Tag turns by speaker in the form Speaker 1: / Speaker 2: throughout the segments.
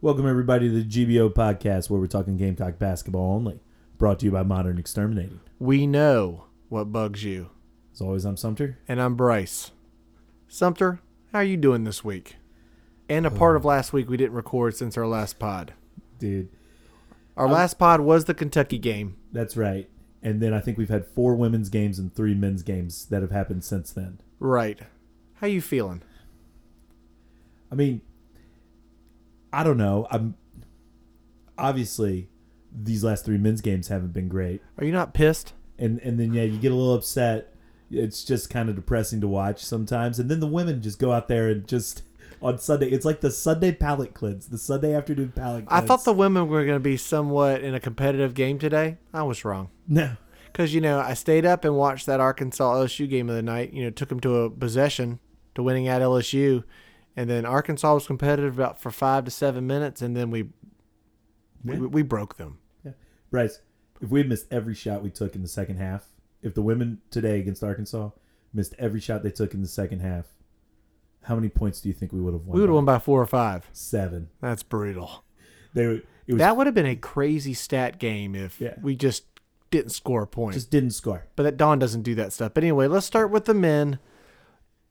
Speaker 1: Welcome, everybody, to the GBO podcast where we're talking Gamecock basketball only. Brought to you by Modern Exterminating.
Speaker 2: We know what bugs you.
Speaker 1: As always, I'm Sumter.
Speaker 2: And I'm Bryce. Sumter, how are you doing this week? And a part of last week we didn't record since our last pod.
Speaker 1: Dude,
Speaker 2: Our last pod was the Kentucky game.
Speaker 1: that's right. And then I think we've had four women's games and three men's games that have happened since then.
Speaker 2: Right. How you feeling?
Speaker 1: I mean, I don't know. I'm obviously these last three men's games haven't been great.
Speaker 2: Are you not pissed?
Speaker 1: and and then yeah, you get a little upset. It's just kind of depressing to watch sometimes. And then the women just go out there and just on Sunday. It's like the Sunday palate cleanse, the Sunday afternoon palate.
Speaker 2: I
Speaker 1: Cleanse.
Speaker 2: thought the women were going to be somewhat in a competitive game today. I was wrong.
Speaker 1: no.
Speaker 2: Because, you know, I stayed up and watched that Arkansas LSU game of the night. You know, took them to a possession to winning at LSU. And then Arkansas was competitive about for five to seven minutes. And then we,
Speaker 1: Yeah.
Speaker 2: we, we broke them.
Speaker 1: Bryce, if we had missed every shot we took in the second half, if the women today against Arkansas missed every shot they took in the second half, how many points do you think we would have won?
Speaker 2: We would
Speaker 1: by?
Speaker 2: have won by four or five.
Speaker 1: seven.
Speaker 2: That's brutal.
Speaker 1: They were, it was
Speaker 2: That would have been a crazy stat game if
Speaker 1: Yeah.
Speaker 2: we just didn't score a point.
Speaker 1: just didn't score.
Speaker 2: but that Don doesn't do that stuff. But anyway, let's start with the men.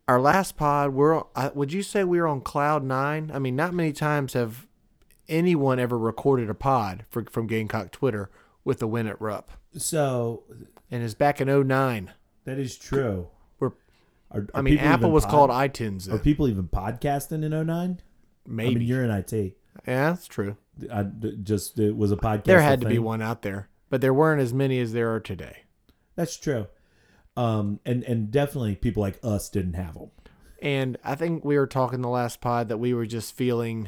Speaker 2: Our last pod, we're uh, would you say we were on cloud nine? I mean, not many times have anyone ever recorded a pod for, from Gamecock Twitter with a win at Rupp,
Speaker 1: So
Speaker 2: and it's back in 09.
Speaker 1: that is true.
Speaker 2: We're-
Speaker 1: Are-
Speaker 2: I
Speaker 1: are
Speaker 2: mean,
Speaker 1: people even
Speaker 2: Apple was
Speaker 1: pod-
Speaker 2: called iTunes.
Speaker 1: Are
Speaker 2: Then.
Speaker 1: people even podcasting in 09?
Speaker 2: Maybe,
Speaker 1: I mean, you're in IT.
Speaker 2: yeah, that's true.
Speaker 1: I d- just it was a podcast.
Speaker 2: There had to be
Speaker 1: thing.
Speaker 2: one out there, but there weren't as many as there are today.
Speaker 1: That's true. Um, and and definitely people like us didn't have them.
Speaker 2: And I think we were talking the last pod that we were just feeling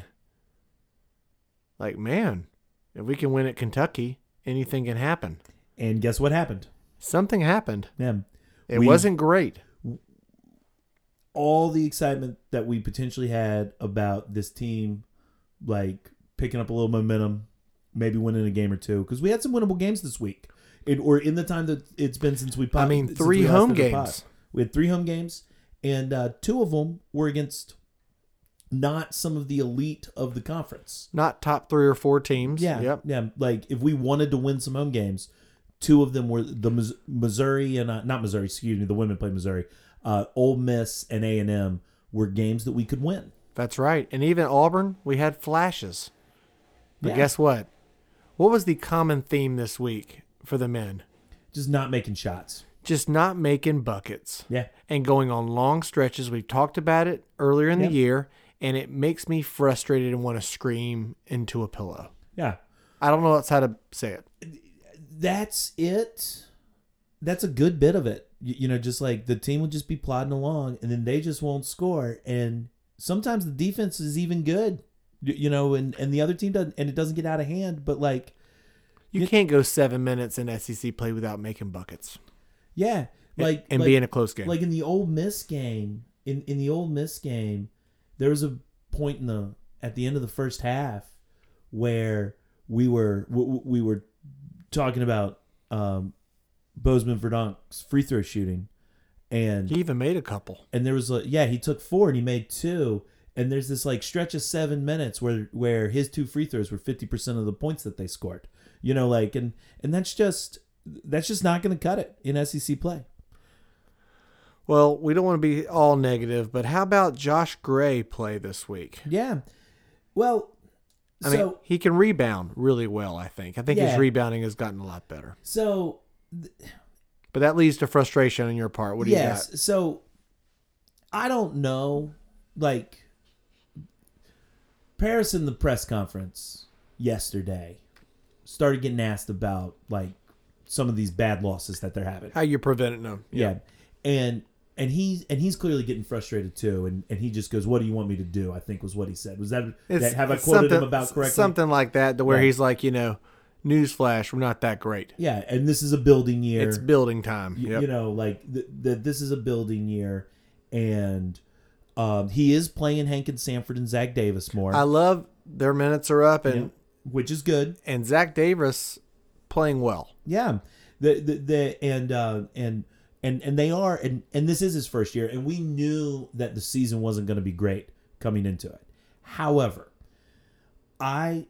Speaker 2: like, man, if we can win at Kentucky, anything can happen.
Speaker 1: And guess what happened?
Speaker 2: Something happened.
Speaker 1: Yeah,
Speaker 2: It
Speaker 1: We-
Speaker 2: wasn't great.
Speaker 1: all the excitement that we potentially had about this team, like picking up a little momentum, maybe winning a game or two, because we had some winnable games this week, in, or in the time that it's been since we.
Speaker 2: I mean,
Speaker 1: since
Speaker 2: three
Speaker 1: we last
Speaker 2: home
Speaker 1: did a pod.
Speaker 2: games.
Speaker 1: We had three home games, and uh, two of them were against not some of the elite of the conference.
Speaker 2: Not top three or four teams.
Speaker 1: Yeah,
Speaker 2: Yep.
Speaker 1: yeah. Like if we wanted to win some home games, two of them were the Mis- Missouri and uh, not Missouri. Excuse me, the women played Missouri. Uh, Ole Miss and A and M were games that we could win.
Speaker 2: That's right. And even Auburn, we had flashes. But
Speaker 1: Yeah.
Speaker 2: guess what? What was the common theme this week for the men?
Speaker 1: Just not making shots.
Speaker 2: Just not making buckets.
Speaker 1: Yeah,
Speaker 2: and going on long stretches. We've talked about it earlier in
Speaker 1: Yep.
Speaker 2: the year, and it makes me frustrated and want to scream into a pillow.
Speaker 1: yeah.
Speaker 2: I don't know else how to say it.
Speaker 1: That's it. That's a good bit of it. You, you know, just like the team will just be plodding along, and then they just won't score. And sometimes the defense is even good. You, you know, and and the other team doesn't, and it doesn't get out of hand. But like
Speaker 2: You can't go seven minutes in SEC play without making buckets
Speaker 1: Yeah,
Speaker 2: and-
Speaker 1: like
Speaker 2: and
Speaker 1: like,
Speaker 2: being a close game.
Speaker 1: like in the old Miss game. In in the old Miss game, there was a point in the at the end of the first half where we were we, we were talking about um, Bozeman Verdonk's free throw shooting, and
Speaker 2: he even made a couple.
Speaker 1: and there was like yeah he took four and he made two and there's this like stretch of seven minutes where where his two free throws were 50% of the points that they scored you know like and and that's just that's just not going to cut it in sec play
Speaker 2: Well, we don't want to be all negative, but how about Josh Gray play this week?
Speaker 1: yeah well
Speaker 2: I
Speaker 1: so
Speaker 2: mean, he can rebound really well, I think. I think
Speaker 1: Yeah.
Speaker 2: his rebounding has gotten a lot better.
Speaker 1: so
Speaker 2: But that leads to frustration on your part. What do you got?
Speaker 1: yes so i don't know like paris in the press conference yesterday started getting asked about like some of these bad losses that they're having
Speaker 2: How you preventing them?
Speaker 1: yeah. And and he's and he's clearly getting frustrated too. And and he just goes, "What do you want me to do?" I think was what he said. Was that, that have I
Speaker 2: it's
Speaker 1: quoted him
Speaker 2: something-
Speaker 1: about correctly?
Speaker 2: Something like that, to where
Speaker 1: Yeah.
Speaker 2: he's like, you know, newsflash, we're not that great.
Speaker 1: Yeah. And this is a building year.
Speaker 2: It's building time.
Speaker 1: Y-
Speaker 2: Yep.
Speaker 1: You know, like th- th- this is a building year, and um, he is playing Hank and Sanford and Zach Davis more,
Speaker 2: I love their minutes are up, and
Speaker 1: which is good.
Speaker 2: and Zach Davis playing well.
Speaker 1: Yeah, the the, the and uh, and and and they are and and this is his first year, and we knew that the season wasn't going to be great coming into it. However, I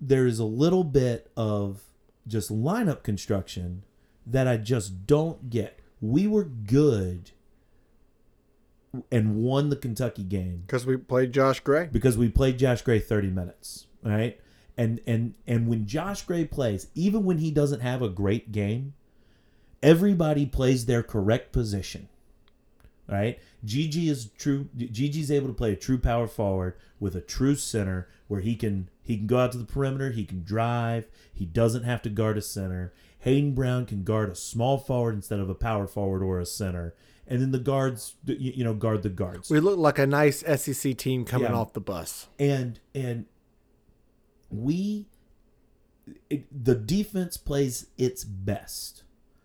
Speaker 1: there is a little bit of just lineup construction that I just don't get. We were good and won the Kentucky game
Speaker 2: Because we played Josh Gray.
Speaker 1: because we played Josh Gray 30 minutes, all right? And and and when Josh Gray plays, even when he doesn't have a great game, everybody plays their correct position. All right? Gigi is true Gigi's able to play a true power forward with a true center where he can he can go out to the perimeter, he can drive, he doesn't have to guard a center. Hayden Brown can guard a small forward instead of a power forward or a center. And then the guards, you you know, guard the guards
Speaker 2: We looked like a nice SEC team coming
Speaker 1: Yeah.
Speaker 2: off the bus.
Speaker 1: and and we it, the defense plays its best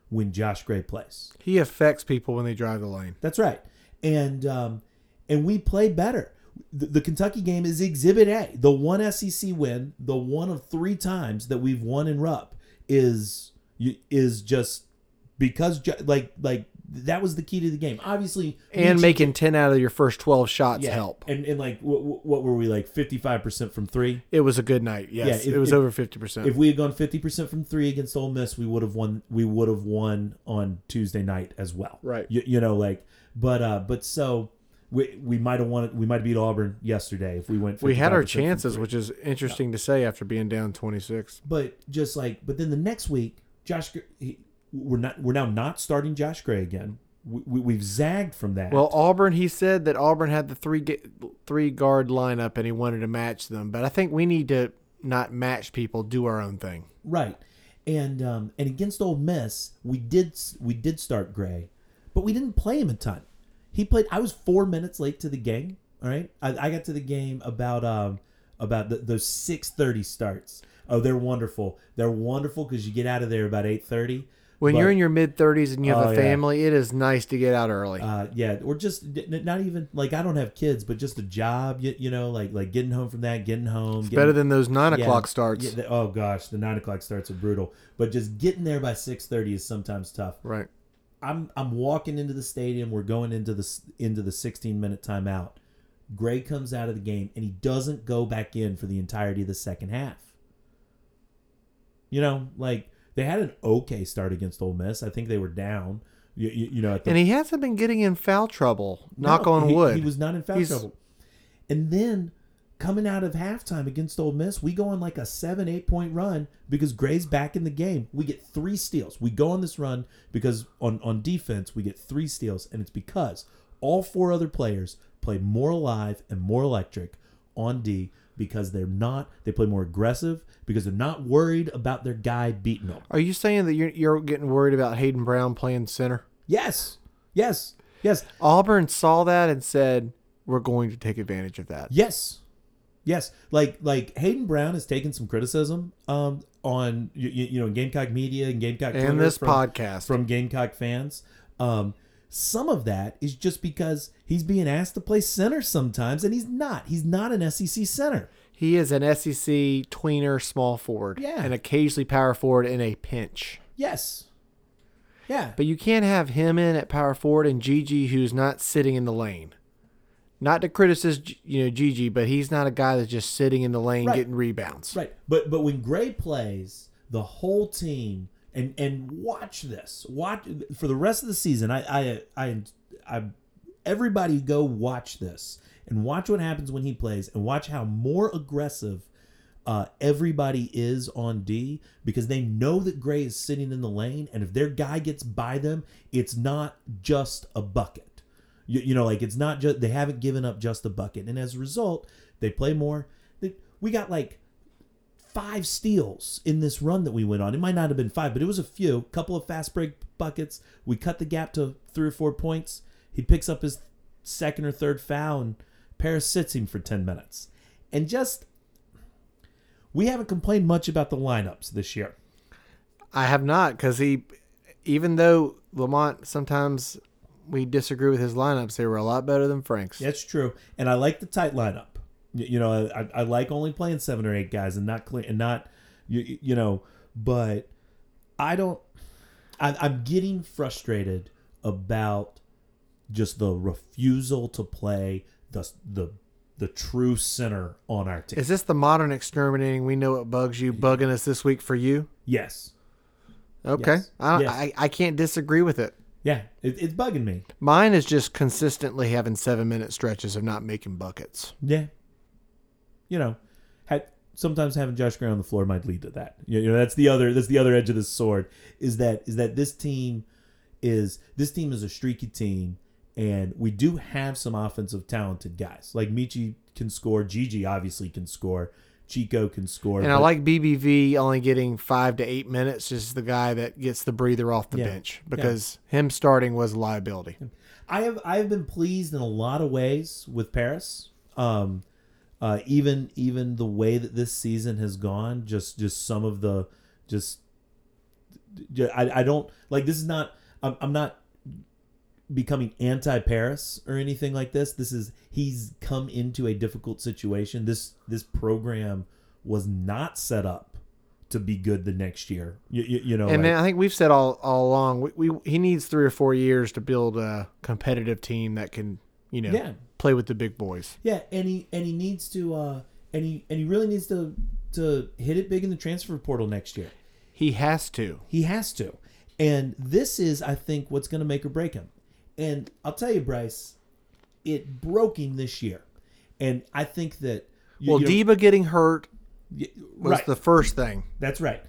Speaker 1: when Josh Gray plays.
Speaker 2: He affects people when they drive the lane.
Speaker 1: That's right, and um, and we play better. The, the Kentucky game is Exhibit A, the one SEC win, the one of three times that we've won in Rupp is you- is just because Jo- like like that was the key to the game. Obviously,
Speaker 2: And
Speaker 1: Leach-
Speaker 2: making 10 out of your first 12 shots help.
Speaker 1: and and like what, what were we like fifty five percent from three?
Speaker 2: It was a good night. Yes.
Speaker 1: Yeah, if-
Speaker 2: it was
Speaker 1: if-
Speaker 2: over 50%.
Speaker 1: If we had gone fifty percent from three against Ole Miss, we would have won. We would have won on Tuesday night as well.
Speaker 2: Right.
Speaker 1: You, you know, like, but uh, but so we we might have won. We might have beat Auburn yesterday if we went. 55%
Speaker 2: we had our
Speaker 1: from
Speaker 2: chances,
Speaker 1: three.
Speaker 2: which is interesting to say after being down 26.
Speaker 1: but just like, but then the next week, Josh, Gr- he, we're not. We're now not starting Josh Gray again. We, we, we've zagged from that.
Speaker 2: Well, Auburn, he said that Auburn had the three ga- three guard lineup and he wanted to match them, but I think we need to not match people, do our own thing.
Speaker 1: Right. And um, and against Ole Miss, we did we did start Gray, but we didn't play him a ton. He played. I was four minutes late to the game. All right, I, I got to the game about um about the, those six thirty starts. Oh, they're wonderful. They're wonderful because you get out of there about eight thirty.
Speaker 2: When you're in your mid 30s and you have
Speaker 1: Oh,
Speaker 2: a
Speaker 1: yeah.
Speaker 2: family, it is nice to get out early.
Speaker 1: uh, yeah, or just d- n- not even like I don't have kids, but just a job. You, you know, like like getting home from that, getting home. getting,
Speaker 2: Better than those nine
Speaker 1: Yeah.
Speaker 2: o'clock starts.
Speaker 1: Yeah, the- oh gosh, the nine o'clock starts are brutal, but just getting there by six thirty is sometimes tough.
Speaker 2: right.
Speaker 1: I'm I'm walking into the stadium. We're going into the s- into the 16 minute timeout. Gray comes out of the game and he doesn't go back in for the entirety of the second half. You know, like they had an okay start against Ole Miss. I think they were down. You, you, you know, at the
Speaker 2: And he hasn't been getting in foul trouble. knock
Speaker 1: no,
Speaker 2: on
Speaker 1: he-
Speaker 2: wood.
Speaker 1: He was not in foul
Speaker 2: He's-
Speaker 1: trouble. And then coming out of halftime against Ole Miss, we go on like a seven, eight point run because Gray's back in the game. We get three steals. We go on this run because on, on defense, we get three steals. And it's because all four other players play more alive and more electric on D because they're not, they play more aggressive because they're not worried about their guy beating them.
Speaker 2: Are you saying that you're, you're getting worried about Hayden Brown playing center?
Speaker 1: Yes. Yes. Yes.
Speaker 2: Auburn saw that and said, "We're going to take advantage of that."
Speaker 1: Yes, yes. Like like Hayden Brown has taken some criticism um, on you, you know Gamecock media and Gamecock
Speaker 2: And
Speaker 1: Twitter
Speaker 2: this
Speaker 1: from,
Speaker 2: podcast,
Speaker 1: from Gamecock fans. Um, some of that is just because he's being asked to play center sometimes, and he's not. He's not an SEC center.
Speaker 2: he is an SEC tweener small forward,
Speaker 1: Yeah.
Speaker 2: and occasionally power forward in a pinch.
Speaker 1: Yes. Yeah.
Speaker 2: But you can't have him in at power forward and Gigi, who's not sitting in the lane. Not to criticize, G- you know, Gigi, but he's not a guy that's just sitting in the lane
Speaker 1: Right.
Speaker 2: getting rebounds.
Speaker 1: Right. But but when Gray plays, the whole team and and watch this. Watch for the rest of the season. I I I, I everybody go watch this and watch what happens when he plays and watch how more aggressive uh, everybody is on D because they know that Gray is sitting in the lane, and if their guy gets by them, it's not just a bucket. You, you know, like it's not just they haven't given up just a bucket, and as a result, they play more. They- We got like five steals in this run that we went on. It might not have been five, but it was a few. Couple of fast break buckets. We cut the gap to three or four points. He picks up his second or third foul, and Paris sits him for ten minutes. And just we haven't complained much about the lineups this year.
Speaker 2: I have not because he, even though Lamont sometimes we disagree with his lineups, they were a lot better than Frank's.
Speaker 1: That's true, and I like the tight lineup. You, you know, I, I like only playing seven or eight guys and not clean and not, you, you know, but I don't. I, I'm getting frustrated about just the refusal to play the the the true center on our team.
Speaker 2: Is this the modern exterminating? We know what bugs you, bugging us this week for you.
Speaker 1: Yes.
Speaker 2: Okay,
Speaker 1: Yes.
Speaker 2: I,
Speaker 1: Yes.
Speaker 2: I I can't disagree with it.
Speaker 1: Yeah, it, it's bugging me.
Speaker 2: Mine is just consistently having seven minute stretches of not making buckets.
Speaker 1: Yeah. You know, had, sometimes having Josh Green on the floor might lead to that. You you know, that's the other that's the other edge of this sword is that is that this team is this team is a streaky team and we do have some offensive talented guys. Like Michi can score, Gigi obviously can score, Chico can score.
Speaker 2: And I
Speaker 1: but-
Speaker 2: like BBV only getting five to eight minutes. Is the guy that gets the breather off the
Speaker 1: Yeah.
Speaker 2: bench because him starting was a liability.
Speaker 1: I have I have been pleased in a lot of ways with Paris. Um, uh, even even the way that this season has gone, just just some of the just, ju- I I don't like this is not I'm I'm not becoming anti Paris or anything like this. This is he's come into a difficult situation. This this program was not set up to be good the next year. You, you, you know,
Speaker 2: And
Speaker 1: like-
Speaker 2: then I think we've said all, all along we, we he needs three or four years to build a competitive team that can you know
Speaker 1: Yeah.
Speaker 2: play with the big boys.
Speaker 1: Yeah, and he and he needs to uh and he and he really needs to to hit it big in the transfer portal next year.
Speaker 2: He has to.
Speaker 1: He has to. And this is I think what's going to make or break him. And I'll tell you Bryce, it broke him this year. And I think that you-
Speaker 2: Well,
Speaker 1: you know-
Speaker 2: Deba getting hurt
Speaker 1: y-
Speaker 2: was
Speaker 1: right.
Speaker 2: the first thing.
Speaker 1: That's right.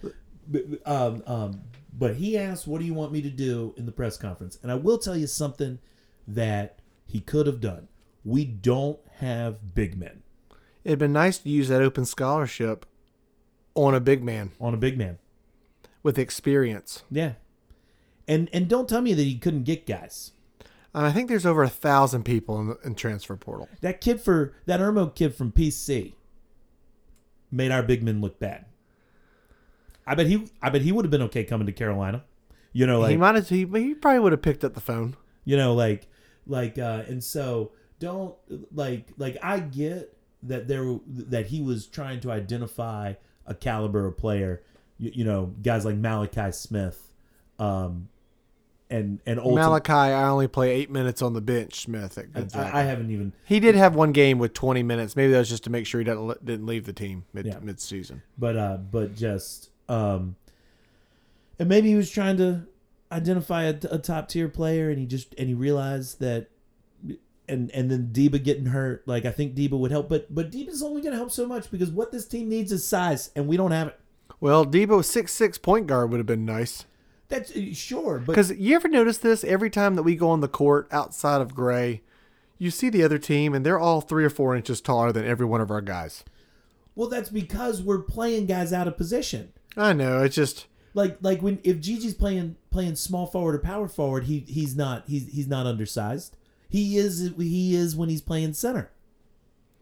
Speaker 1: But, um, um, but he asked, "What do you want me to do in the press conference?" And I will tell you something that he could have done. We don't have big men
Speaker 2: It'd been nice to use that open scholarship on a big man
Speaker 1: on a big man.
Speaker 2: with experience.
Speaker 1: Yeah. And and don't tell me that he couldn't get guys.
Speaker 2: And I think there's over a thousand people in, the, in transfer portal.
Speaker 1: That kid for that Ermo kid from PC made our big men look bad. I bet he I bet he would have been okay coming to Carolina. You know,
Speaker 2: he
Speaker 1: like
Speaker 2: might have. He, he probably would have picked up the phone.
Speaker 1: you know, like like uh and so don't like like I get that there that he was trying to identify a caliber of player. You, you know, guys like Malachi Smith, um and and ultimately,
Speaker 2: Malachi, I only play eight minutes on the bench. Smith at Gonzaga.
Speaker 1: I, I haven't even
Speaker 2: he did have one game with 20 minutes. Maybe that was just to make sure he didn't le- didn't leave the team mid
Speaker 1: Yeah.
Speaker 2: mid season.
Speaker 1: but uh but just um and maybe he was trying to identify a, top tier player and he just and he realized that and and then Deba getting hurt like I think Deba would help but but Deba's only going to help so much because what this team needs is size and we don't have it
Speaker 2: Well, Debo six six point guard would have been nice.
Speaker 1: that's uh, sure but
Speaker 2: Because you ever notice this? Every time that we go on the court outside of Gray, you see the other team, and they're all three or four inches taller than every one of our guys.
Speaker 1: well that's because we're playing guys out of position
Speaker 2: I know. It's just
Speaker 1: like like when if Gigi's playing playing small forward or power forward he he's not he's he's not undersized he is he is when he's playing center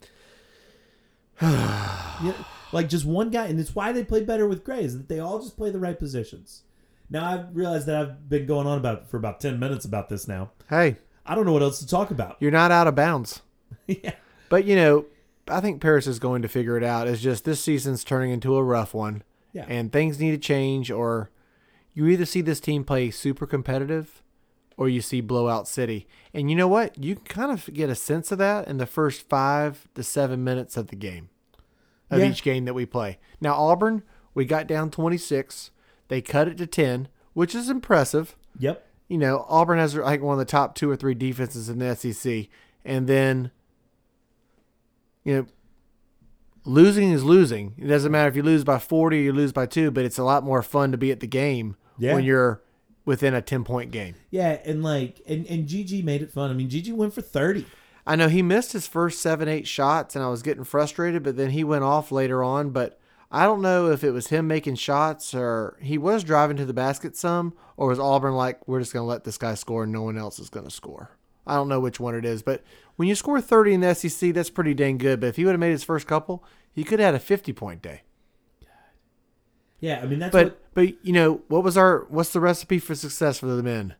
Speaker 1: Yeah, like just one guy, and it's why they play better with Gray is that they all just play the right positions. Now I realize that I've been going on about for about ten minutes about this. Now
Speaker 2: hey,
Speaker 1: I don't know what else to talk about.
Speaker 2: you're not out of bounds.
Speaker 1: yeah,
Speaker 2: But you know, I think Paris is going to figure it out. It's just this season's turning into a rough one,
Speaker 1: Yeah.
Speaker 2: and things need to change. Or you either see this team play super competitive, or you see blowout city. And you know what? You can kind of get a sense of that in the first five to seven minutes of the game, of
Speaker 1: Yeah.
Speaker 2: each game that we play. Now Auburn, we got down twenty six. They cut it to ten, which is impressive
Speaker 1: yep,
Speaker 2: you know, Auburn has like one of the top two or three defenses in the SEC, and then you know, losing is losing. It doesn't matter if you lose by forty or you lose by two, but it's a lot more fun to be at the game
Speaker 1: Yeah.
Speaker 2: when you're within a ten point game.
Speaker 1: yeah, and like and and Gigi made it fun. I mean, Gigi went for thirty.
Speaker 2: I know he missed his first seven, eight shots, and I was getting frustrated, but then he went off later on. But I don't know if it was him making shots or he was driving to the basket some, or was Auburn like, we're just going to let this guy score and no one else is going to score. I don't know which one it is, but when you score 30 in the SEC, that's pretty dang good. But if he would have made his first couple, he could have had a 50 point day.
Speaker 1: Yeah, I mean that's
Speaker 2: But
Speaker 1: what,
Speaker 2: but you know what was our what's the recipe for success for the men?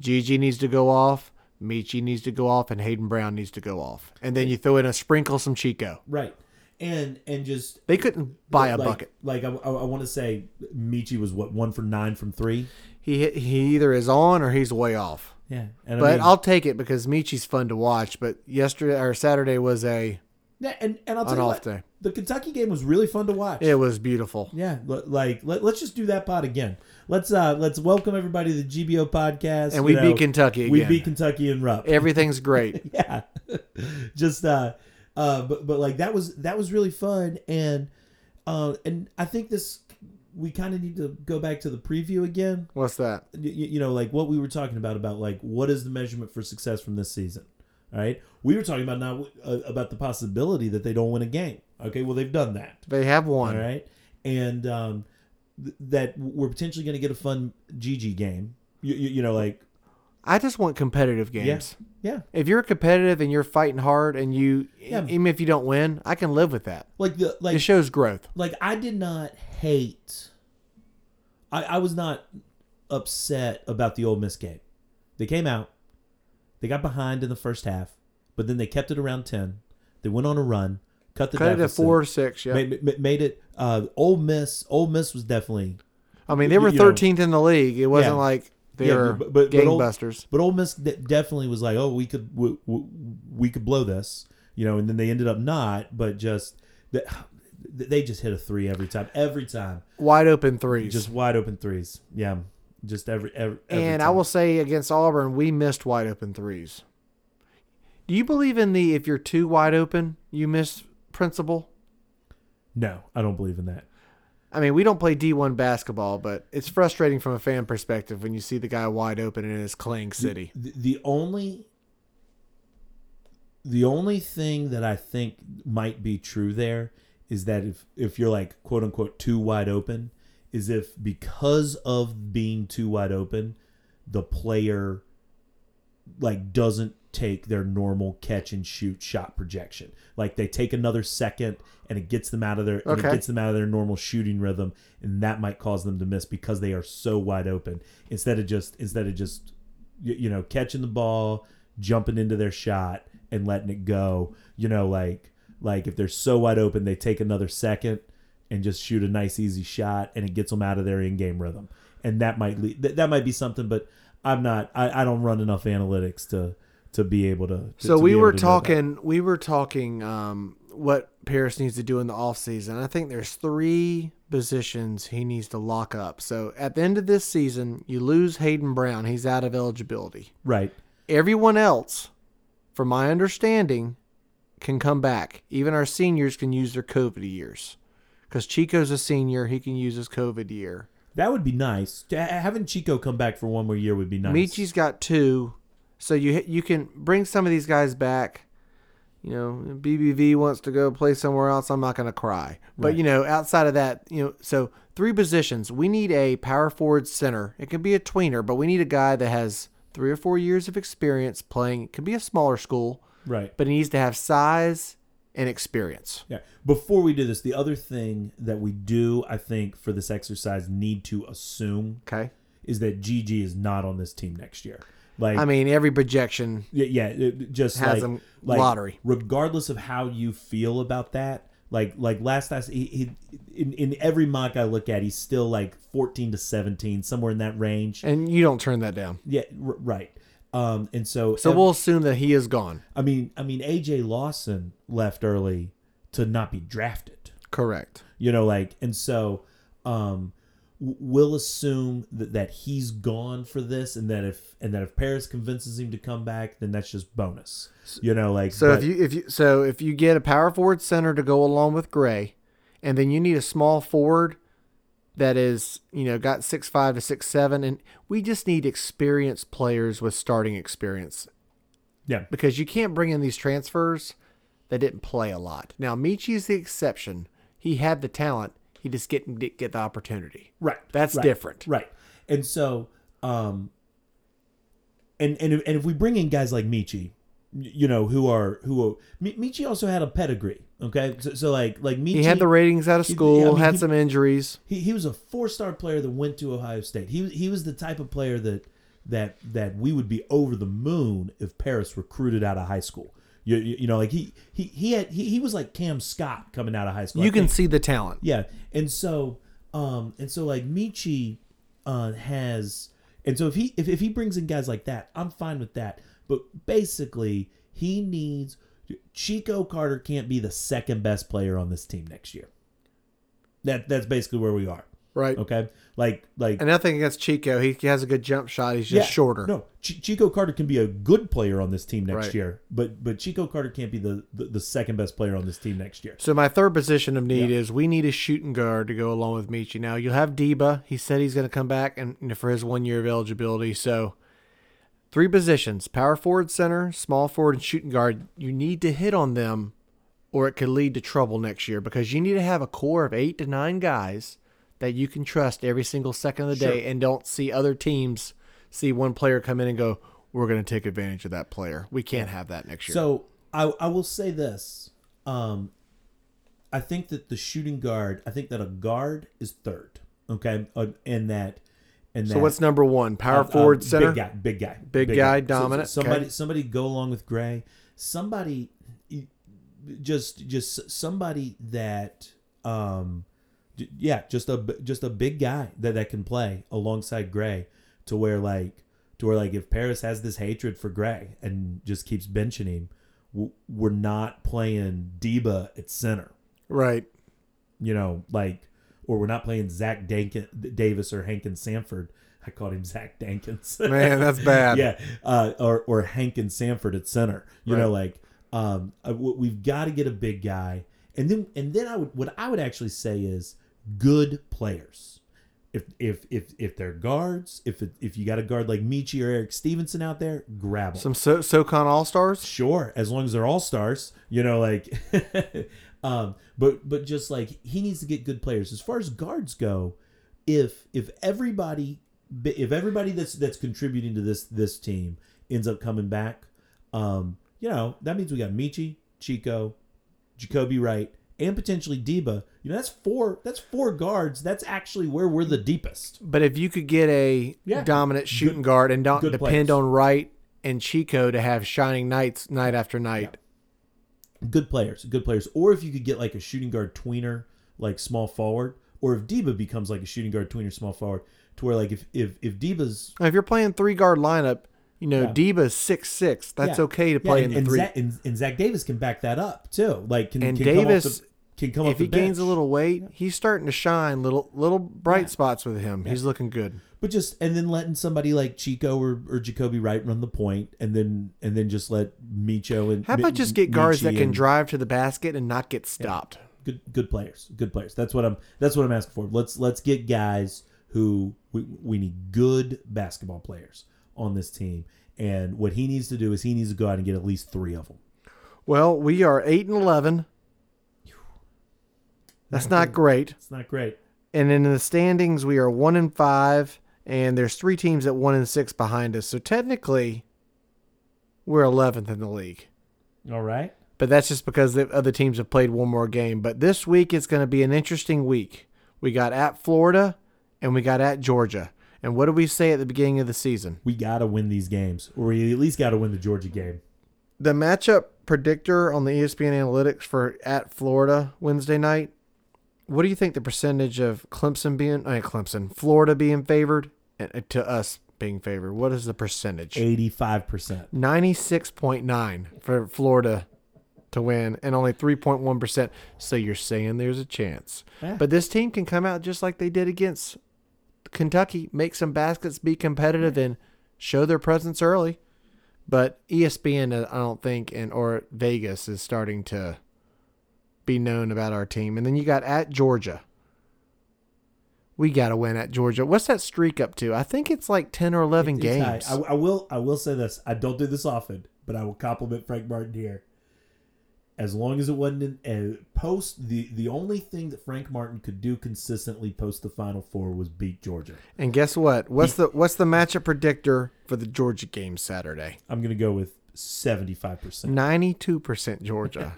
Speaker 2: Gigi needs to go off, Michi needs to go off, and Hayden Brown needs to go off, and then you throw in a sprinkle some Chico.
Speaker 1: right, and and just
Speaker 2: They couldn't buy a
Speaker 1: like,
Speaker 2: bucket.
Speaker 1: Like I, want to say, Michi was what one for nine from three.
Speaker 2: He he either is on or he's way off.
Speaker 1: Yeah, and I
Speaker 2: But
Speaker 1: mean,
Speaker 2: I'll take it because Michi's fun to watch. But yesterday or Saturday was a
Speaker 1: Yeah, and and I'll tell
Speaker 2: on
Speaker 1: you
Speaker 2: off
Speaker 1: what,
Speaker 2: day.
Speaker 1: the Kentucky game was really fun to watch.
Speaker 2: It was beautiful.
Speaker 1: Yeah, l- like let, us just do that pod again. Let's uh let's welcome everybody to the GBO podcast.
Speaker 2: And we
Speaker 1: you know,
Speaker 2: beat Kentucky again.
Speaker 1: We beat Kentucky and Rupp.
Speaker 2: Everything's great.
Speaker 1: yeah just uh uh but but like that was that was really fun and uh and i think this we kind of need to go back to the preview again
Speaker 2: What's that?
Speaker 1: you, you know like what we were talking about about like what is the measurement for success from this season all right we were talking about now uh, about the possibility that they don't win a game okay well they've done that
Speaker 2: They have
Speaker 1: all
Speaker 2: one.
Speaker 1: right and um th- that we're potentially going to get a fun gg game you, you, you know like
Speaker 2: I just want competitive games.
Speaker 1: yeah
Speaker 2: If you're competitive and you're fighting hard and you
Speaker 1: Yeah.
Speaker 2: even if you don't win, I can live with that.
Speaker 1: like the like
Speaker 2: It shows growth.
Speaker 1: like I did not hate. I, I was not upset about the old Miss game. They came out, they got behind in the first half, but then they kept it around ten. They went on a run, cut the
Speaker 2: Cut it at
Speaker 1: deficit,
Speaker 2: four or six, yeah.
Speaker 1: made, ma- made it. Uh, Ole Miss, Ole Miss was definitely,
Speaker 2: I mean, they were
Speaker 1: you know.
Speaker 2: thirteenth in the league. It wasn't
Speaker 1: Yeah.
Speaker 2: like they
Speaker 1: Yeah,
Speaker 2: were
Speaker 1: but- but- but Ole-
Speaker 2: gangbusters.
Speaker 1: but Ole Miss de- definitely was like, oh, we could we, we, we could blow this, you know. And then they ended up not, but just that they just hit a three every time, every time.
Speaker 2: Wide open threes.
Speaker 1: just wide open threes. Yeah, just every every. every
Speaker 2: and I
Speaker 1: time.
Speaker 2: will say against Auburn, we missed wide open threes. Do you believe in the if you're too wide open, you miss principle?
Speaker 1: no, I don't believe in that.
Speaker 2: I mean, we don't play D1 basketball, but it's frustrating from a fan perspective when you see the guy wide open in his clang city.
Speaker 1: The, the only the only thing that I think might be true there is that if if you're like quote unquote too wide open, is if because of being too wide open, the player like doesn't take their normal catch and shoot shot projection. Like they take another second and it gets them out of their and it
Speaker 2: Okay.
Speaker 1: gets them out of their normal shooting rhythm and that might cause them to miss because they are so wide open instead of just instead of just you, you know catching the ball, jumping into their shot and letting it go, you know like like if they're so wide open they take another second and just shoot a nice easy shot and it gets them out of their in-game rhythm and that might lead that, that might be something but i'm not I, I don't run enough analytics to to be able to, to-
Speaker 2: So
Speaker 1: to
Speaker 2: we
Speaker 1: be
Speaker 2: were
Speaker 1: able to know that.
Speaker 2: talking, we were talking um, what Paris needs to do in the offseason. I think there's three positions he needs to lock up. So at the end of this season, you lose Hayden Brown. He's out of eligibility.
Speaker 1: right
Speaker 2: Everyone else, from my understanding, can come back. Even our seniors can use their COVID years. Because Chico's a senior, he can use his COVID year.
Speaker 1: that would be nice To- having chico come back for one more year would be nice
Speaker 2: Michi's got two, so you you can bring some of these guys back. You know, BBV wants to go play somewhere else. I'm not going to cry, but you know, outside of that, you know, so three positions. We need a power forward center. It can be a tweener, but we need a guy that has three or four years of experience playing. It can be a smaller school,
Speaker 1: right
Speaker 2: but he needs to have size and experience.
Speaker 1: yeah before we do this the other thing that we do i think for this exercise need to assume
Speaker 2: Okay,
Speaker 1: is that gg is not on this team next year like
Speaker 2: I mean every projection.
Speaker 1: Yeah, yeah, it- just
Speaker 2: Has
Speaker 1: like,
Speaker 2: them
Speaker 1: like,
Speaker 2: lottery.
Speaker 1: Regardless of how you feel about that, like like last I s- he, he in in every mock I look at, he's still like fourteen to seventeen, somewhere in that range.
Speaker 2: And you don't turn that down.
Speaker 1: Yeah, r- right. Um, and so
Speaker 2: So we'll assume that he is gone.
Speaker 1: I mean, I mean, AJ Lawson left early to not be drafted
Speaker 2: Correct.
Speaker 1: you know like and so um w- we'll assume that, that he's gone for this and that if and that if paris convinces him to come back then that's just bonus you know like
Speaker 2: So
Speaker 1: but-
Speaker 2: if you if you so if you get a power forward center to go along with Gray, and then you need a small forward that is you know got six five to six seven, and we just need experienced players with starting experience
Speaker 1: yeah
Speaker 2: because you can't bring in these transfers that didn't play a lot. Now Michi's the exception; he had the talent, he just didn't get, get the opportunity.
Speaker 1: right
Speaker 2: That's
Speaker 1: right,
Speaker 2: different.
Speaker 1: right and so um and and if, and if we bring in guys like michi y- you know who are who are, Mi- michi also had a pedigree okay so, so like like michi
Speaker 2: He had the ratings out of
Speaker 1: he-
Speaker 2: school,
Speaker 1: I mean,
Speaker 2: had
Speaker 1: he-
Speaker 2: some injuries.
Speaker 1: He, he was a four star player that went to Ohio State. He he was the type of player that that that we would be over the moon if Paris recruited out of high school. You, you, you know, like he he he had he, he was like Cam Scott coming out of high school. I
Speaker 2: You can
Speaker 1: think.
Speaker 2: see the talent.
Speaker 1: yeah, and so um and so like Michi uh has and so if he if, if he brings in guys like that, I'm fine with that. But basically, he needs Chico Carter can't be the second best player on this team next year. That that's basically where we are.
Speaker 2: Right.
Speaker 1: Okay, like like
Speaker 2: And nothing against Chico. He, he has a good jump shot. He's
Speaker 1: yeah,
Speaker 2: just shorter.
Speaker 1: No, Ch- Chico Carter can be a good player on this team next
Speaker 2: Right.
Speaker 1: year, but but Chico Carter can't be the, the the second best player on this team next year.
Speaker 2: So my third position of need is we need a shooting guard to go along with Michi. Now you'll have Deba. He said he's going to come back and you know, for his one year of eligibility. So three positions: power forward, center, small forward, and shooting guard. You need to hit on them, or it could lead to trouble next year because you need to have a core of eight to nine guys that you can trust every single second of the day, and don't see other teams see one player come in and go, "We're going to take advantage of that player." We can't have that next year.
Speaker 1: So I I will say this. Um I think that the shooting guard, I think that a guard is third. Okay? Uh, and that and
Speaker 2: So
Speaker 1: that
Speaker 2: what's number one? Power
Speaker 1: uh,
Speaker 2: forward, center.
Speaker 1: big guy, big guy.
Speaker 2: Big guy, dominant,
Speaker 1: So- so somebody
Speaker 2: okay.
Speaker 1: somebody go along with Gray. Somebody just just somebody that um j- yeah, just a b- just a big guy that that can play alongside Gray to where like to where like if Paris has this hatred for Gray and just keeps benching him, w- we're not playing Deba at center
Speaker 2: Right.
Speaker 1: you know, like, or we're not playing Zach Dankin, Davis or Hankin Sanford. I called him Zach Dankins.
Speaker 2: Man, that's bad.
Speaker 1: yeah, uh, or or Hankin Sanford at center. You know,
Speaker 2: Right.
Speaker 1: like, um, I- w- we've got to get a big guy, and then and then I would what I would actually say is good players. If if if if they're guards, if it, if you got a guard like Michi or Eric Stevenson out there, grab 'em.
Speaker 2: Some so- SoCon All Stars.
Speaker 1: Sure, as long as they're all stars, you know, like, um, but but just like he needs to get good players. As far as guards go, if if everybody if everybody that's that's contributing to this this team ends up coming back, um, you know that means we got Michi, Chico, Jacoby Wright, and potentially Deba. You know that's four that's four guards. That's actually where we're the deepest.
Speaker 2: But if you could get a
Speaker 1: Yeah.
Speaker 2: dominant shooting guard and don't
Speaker 1: good
Speaker 2: depend
Speaker 1: players.
Speaker 2: on Wright and Chico to have shining nights night after night,
Speaker 1: good players, good players. Or if you could get like a shooting guard tweener, like small forward, or if Deba becomes like a shooting guard tweener, small forward, to where like if if if Deba's
Speaker 2: if you're playing three guard lineup, you know Deba's six six. That's
Speaker 1: yeah.
Speaker 2: okay to
Speaker 1: Yeah, and,
Speaker 2: play in the
Speaker 1: and
Speaker 2: three.
Speaker 1: Zach, and, and Zach Davis can back that up too. Like can
Speaker 2: And
Speaker 1: can come off
Speaker 2: Davis,
Speaker 1: the, can come off
Speaker 2: if
Speaker 1: the
Speaker 2: he gains a
Speaker 1: bench.
Speaker 2: little weight, he's starting to shine. Little little bright spots with him. He's looking good.
Speaker 1: But just and then letting somebody like Chico or, or Jacoby Wright run the point, and then and then just let Micho and
Speaker 2: How about
Speaker 1: Mi-
Speaker 2: just get guards that
Speaker 1: Michi
Speaker 2: can
Speaker 1: and-
Speaker 2: drive to the basket and not get stopped?
Speaker 1: good good players good players that's what i'm that's what i'm asking for let's let's get guys who we, we need good basketball players on this team and what he needs to do is he needs to go out and get at least three of them
Speaker 2: Well, we are eight and eleven. That's not great.
Speaker 1: it's not great
Speaker 2: And in the standings, we are one and five, and there's three teams at one and six behind us. So technically, we're eleventh in the league.
Speaker 1: all right
Speaker 2: But that's just because the other teams have played one more game. But this week it's going to be an interesting week. We got at Florida, and we got at Georgia. And what did we say at the beginning of the season?
Speaker 1: we gotta win these games or we at least gotta win the georgia game
Speaker 2: The matchup predictor on the E ESPN analytics for at Florida Wednesday night. What do you think the percentage of Clemson being, I mean, Clemson, Florida being favored, and uh, to us being favored? What is the percentage?
Speaker 1: 85%
Speaker 2: Ninety-six point nine for Florida to win, and only three point one percent. So you're saying there's a chance,
Speaker 1: Yeah.
Speaker 2: but this team can come out just like they did against Kentucky, make some baskets, be competitive, and show their presence early. But ESPN, uh, I don't think, and or Vegas is starting to be known about our team. And then you got at Georgia. We got to win at Georgia. What's that streak up to? I think it's like ten or eleven
Speaker 1: It's high.
Speaker 2: games.
Speaker 1: I, I will i will say this i don't do this often but i will compliment frank martin here as long as it wasn't in, uh, post the the only thing that frank martin could do consistently post the final four was beat georgia
Speaker 2: And guess what? What's the what's the matchup predictor for the Georgia game Saturday?
Speaker 1: I'm gonna go with seventy five percent.
Speaker 2: Ninety two percent Georgia.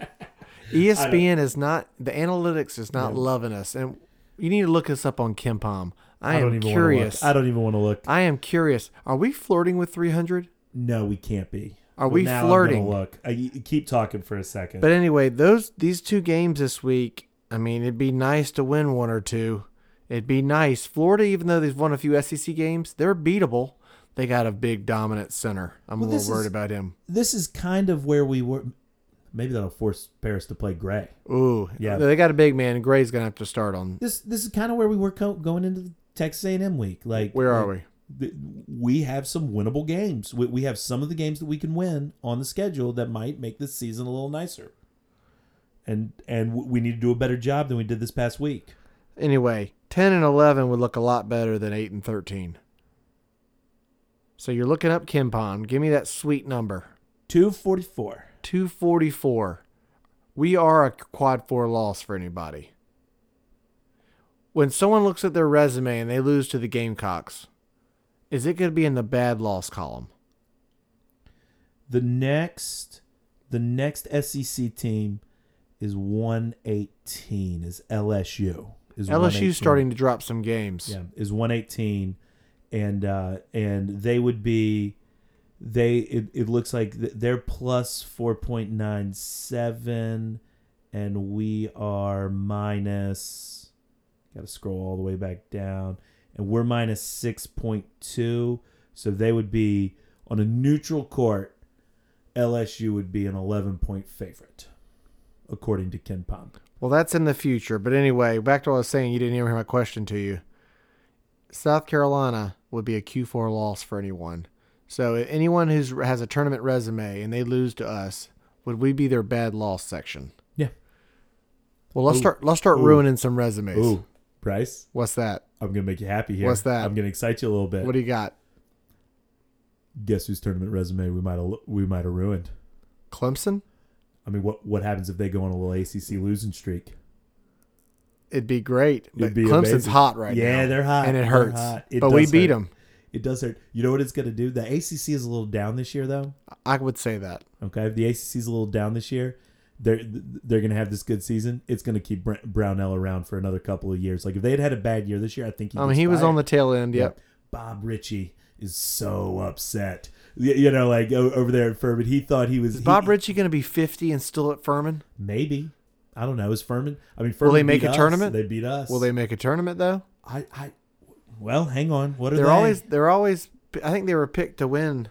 Speaker 2: E ESPN is not the analytics is not loving us, and you need to look us up on Kimpom. I, am curious.
Speaker 1: I don't even want to look.
Speaker 2: I am curious. Are we flirting with three hundred?
Speaker 1: No, we can't be.
Speaker 2: Are we
Speaker 1: now I'm
Speaker 2: flirting?
Speaker 1: gonna look, I, y- keep talking for a second.
Speaker 2: But anyway, those these two games this week. I mean, it'd be nice to win one or two. It'd be nice. Florida, even though they've won a few SEC games, they're beatable. They got a big dominant center. I'm
Speaker 1: Well,
Speaker 2: a
Speaker 1: this
Speaker 2: little worried
Speaker 1: is-
Speaker 2: about him.
Speaker 1: this is kind of where we were. Maybe that'll force Paris to play Gray.
Speaker 2: Ooh,
Speaker 1: Yeah.
Speaker 2: They got a big man. Gray's gonna have to start on.
Speaker 1: This this is kind of where we were co- going into the Texas A&M week. Like
Speaker 2: Where are we?
Speaker 1: th- we have some winnable games. We, we have some of the games that we can win on the schedule that might make this season a little nicer. And and w- we need to do a better job than we did this past week.
Speaker 2: Anyway, ten and eleven would look a lot better than eight and thirteen. So you're looking up Kimpon. Give me that sweet number,
Speaker 1: 244.
Speaker 2: two forty four. We are a quad four loss for anybody. When someone looks at their resume and they lose to the Gamecocks, is it going to be in the bad loss column?
Speaker 1: The next the next SEC team is 118 is LSU. Is 118.
Speaker 2: LSU's starting to drop some games.
Speaker 1: yeah is 118 and uh and they would be they it, it looks like th- they're plus 4.97 and we are minus gotta scroll all the way back down and we're minus 6.2 so they would be on a neutral court lsu would be an 11 point favorite according to ken pom
Speaker 2: Well, that's in the future. But anyway, back to what I was saying. You didn't even hear my question to you. South Carolina would be a Q4 loss for anyone. So if anyone who has a tournament resume and they lose to us, would we be their bad loss section?
Speaker 1: Yeah.
Speaker 2: Well, let's
Speaker 1: Ooh.
Speaker 2: start. Let's start
Speaker 1: Ooh.
Speaker 2: ruining some resumes.
Speaker 1: ooh bryce
Speaker 2: What's that?
Speaker 1: i'm gonna make you happy here
Speaker 2: What's that?
Speaker 1: i'm gonna excite you a little bit
Speaker 2: What do you got?
Speaker 1: guess whose tournament resume we might have we might have ruined.
Speaker 2: Clemson?
Speaker 1: I mean, what what happens if they go on a little ACC losing streak?
Speaker 2: It'd be great. But
Speaker 1: be
Speaker 2: Clemson's
Speaker 1: amazing.
Speaker 2: hot right now.
Speaker 1: Yeah, they're hot.
Speaker 2: and it
Speaker 1: They're
Speaker 2: hurts.
Speaker 1: hot. It
Speaker 2: but we
Speaker 1: does
Speaker 2: beat
Speaker 1: hurt.
Speaker 2: them.
Speaker 1: It does hurt. You know what it's going to do? The ACC is a little down this year, though.
Speaker 2: I would say that.
Speaker 1: Okay, the ACC is a little down this year. They're they're going to have this good season. It's going to keep Br- Brownell around for another couple of years. Like if they had had a bad year this year, I think he.
Speaker 2: I mean,
Speaker 1: gets
Speaker 2: he was
Speaker 1: fired.
Speaker 2: on the tail end. Yep.
Speaker 1: Bob Ritchie is so upset. Y- You know, like o- over there at Furman, he thought he was
Speaker 2: Is
Speaker 1: he-
Speaker 2: Bob Ritchie going to be 50 and still at Furman?
Speaker 1: Maybe. I don't know. Is Furman? I mean, Furman
Speaker 2: they make
Speaker 1: beat
Speaker 2: a
Speaker 1: us.
Speaker 2: tournament?
Speaker 1: They beat us.
Speaker 2: Will they make a tournament though?
Speaker 1: I, I. Well, hang on. What are
Speaker 2: They're
Speaker 1: they?
Speaker 2: always they're always I think they were picked to win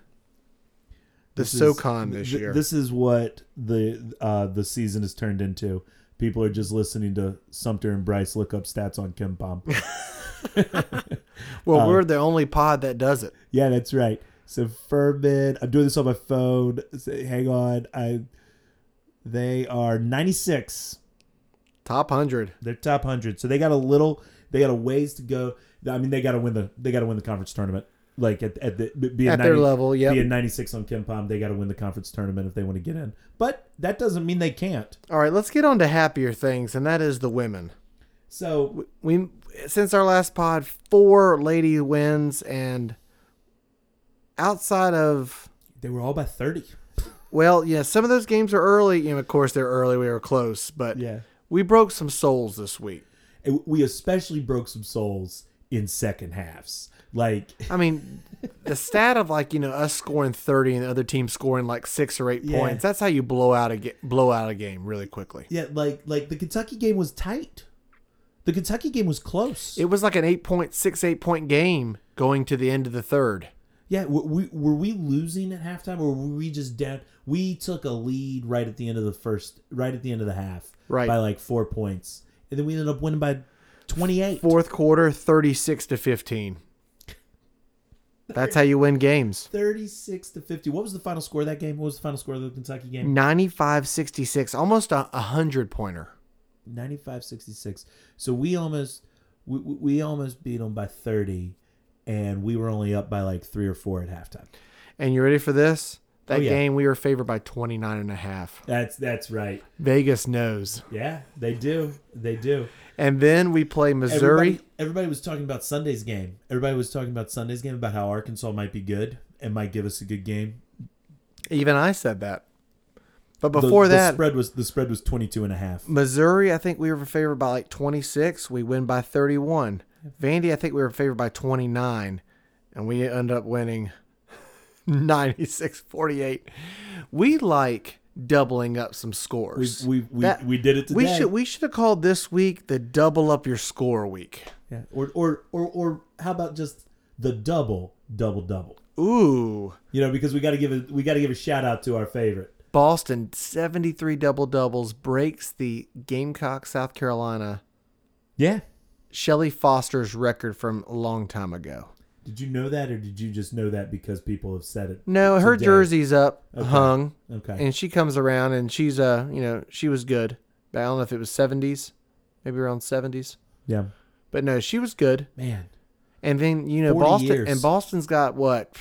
Speaker 2: the
Speaker 1: is-
Speaker 2: SoCon this
Speaker 1: th-
Speaker 2: year.
Speaker 1: This is what the uh, the season has turned into. People are just listening to Sumter and Bryce look up stats on Kim Pom.
Speaker 2: well, we're the only pod that does it.
Speaker 1: yeah, that's right. So Furman, I'm doing this on my phone. Say, hang on. I. They are 96.
Speaker 2: Top 100.
Speaker 1: They're top 100. So they got a little. They got a ways to go. I mean, they got to win the. They got to win the conference tournament. Like at at the be a
Speaker 2: At their
Speaker 1: 90
Speaker 2: level, yep.
Speaker 1: be a 96 on Kim Pom. They got to win the conference tournament if they want to get in. But that doesn't mean they can't.
Speaker 2: All right, let's get on to happier things and that is the women.
Speaker 1: So
Speaker 2: We since our last pod, four lady wins and outside of
Speaker 1: they were all by 30.
Speaker 2: well, yeah, some of those games are early. You know, of course they're early. We were close, but
Speaker 1: Yeah.
Speaker 2: we broke some souls this week.
Speaker 1: And we especially broke some souls in second halves. Like
Speaker 2: I mean, the stat of like you know us scoring thirty and the other team scoring like six or eight
Speaker 1: Yeah.
Speaker 2: points. That's how you blow out a ga- blow out a game really quickly.
Speaker 1: yeah, like like the Kentucky game was tight. The Kentucky game was close.
Speaker 2: It was like an eight point six eight point game going to the end of the third.
Speaker 1: Yeah, were we, were we losing at halftime, or were we just down? We took a lead right at the end of the first, right at the end of the half,
Speaker 2: Right.
Speaker 1: by like four points, and then we ended up winning by twenty-eight.
Speaker 2: Fourth quarter, thirty six to fifteen. That's how you win games.
Speaker 1: 36 to 50. What was the final score of that game? What was the final score of the Kentucky
Speaker 2: Mm.
Speaker 1: game?
Speaker 2: 95-66, almost a, a hundred pointer.
Speaker 1: 95-66. So we almost we, we- we almost beat them by 30 and we were only up by like 3 or 4 at halftime.
Speaker 2: And you ready for this? That
Speaker 1: Oh, yeah.
Speaker 2: game we were favored by 29 and a half.
Speaker 1: That's that's right.
Speaker 2: Vegas knows.
Speaker 1: Yeah, they do. They do.
Speaker 2: And then we play Missouri.
Speaker 1: Everybody, everybody was talking about Sunday's game. Everybody was talking about Sunday's game about how Arkansas might be good and might give us a good game.
Speaker 2: Even I said that. But
Speaker 1: The-
Speaker 2: before
Speaker 1: the
Speaker 2: that,
Speaker 1: spread was the spread was 22 and a half.
Speaker 2: Missouri, I think we were favored by like 26. We win by 31. Vandy, I think we were favored by 29. And we end up winning 96 48. We like doubling up some
Speaker 1: We
Speaker 2: scores.
Speaker 1: we we,
Speaker 2: That-
Speaker 1: we did it today.
Speaker 2: we should we should have called this week the double up your score week.
Speaker 1: yeah. Or or or or how about just the double double double.
Speaker 2: Ooh,
Speaker 1: You know, because we got to give a we got to give a shout out to our favorite.
Speaker 2: Boston, 73 double doubles, breaks the Gamecock, South Carolina,
Speaker 1: Yeah.
Speaker 2: Shelley Foster's record from a long time ago.
Speaker 1: Did you know that, or did you just know that because people have said it?
Speaker 2: No, her
Speaker 1: Today.
Speaker 2: jersey's up,
Speaker 1: Okay.
Speaker 2: hung,
Speaker 1: Okay.
Speaker 2: and she comes around and she's, uh, you know, she was good. But I don't know if it was 70s, maybe around 70s.
Speaker 1: Yeah.
Speaker 2: But no, she was good.
Speaker 1: Man.
Speaker 2: And then you know
Speaker 1: 40
Speaker 2: Boston
Speaker 1: years.
Speaker 2: and Boston's got what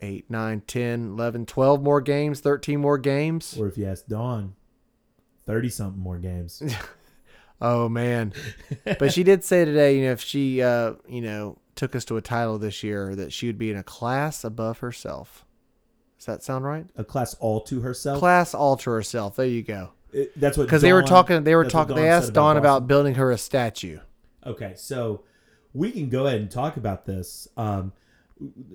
Speaker 2: eight, nine, 10, 11, 12 more games, thirteen more games.
Speaker 1: Or if you ask Dawn, thirty something more games.
Speaker 2: Oh man! but she did say today, you know, if she uh, you know took us to a title this year, that she would be in a class above herself. Does that sound right?
Speaker 1: A class all to herself.
Speaker 2: Class all to herself. There you go.
Speaker 1: It- that's what
Speaker 2: Because they were
Speaker 1: Dawn-
Speaker 2: talking, they were
Speaker 1: that's what
Speaker 2: talking. They
Speaker 1: Dawn said
Speaker 2: asked Dawn
Speaker 1: Boston.
Speaker 2: about building her a statue.
Speaker 1: Okay, so we can go ahead and talk about this. Um,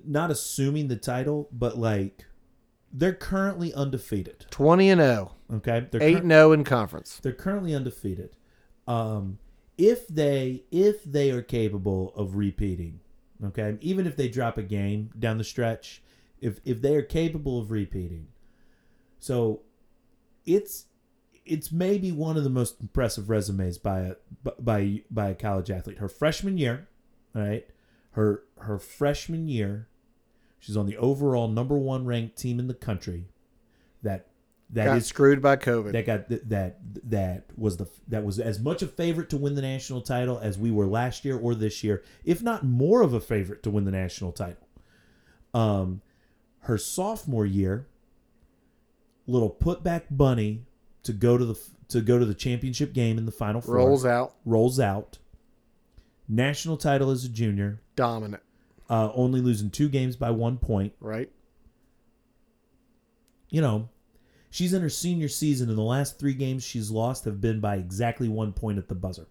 Speaker 1: not assuming the title, but like they're currently undefeated.
Speaker 2: Twenty and 0,
Speaker 1: Okay, they're
Speaker 2: 8
Speaker 1: cur-
Speaker 2: and zero in conference.
Speaker 1: they're currently undefeated. Um, if they if they are capable of repeating, okay, even if they drop a game down the stretch, if if they are capable of repeating, so it's it's maybe one of the most impressive resumes by a by by a college athlete. Her freshman year, all right, her her freshman year, she's on the overall number one ranked team in the country. That that is
Speaker 2: Got screwed by COVID.
Speaker 1: that got th- that that was the that was as much a favorite to win the national title as we were last year or this year, if not more of a favorite to win the national title. Um, her sophomore year, little putback bunny to go to the f- to go to the championship game in the final four
Speaker 2: Rolls out
Speaker 1: rolls out. National title as a junior,
Speaker 2: dominant,
Speaker 1: uh, only losing two games by one point
Speaker 2: right?
Speaker 1: you know, she's in her senior season, and the last three games she's lost have been by exactly one point at the buzzer.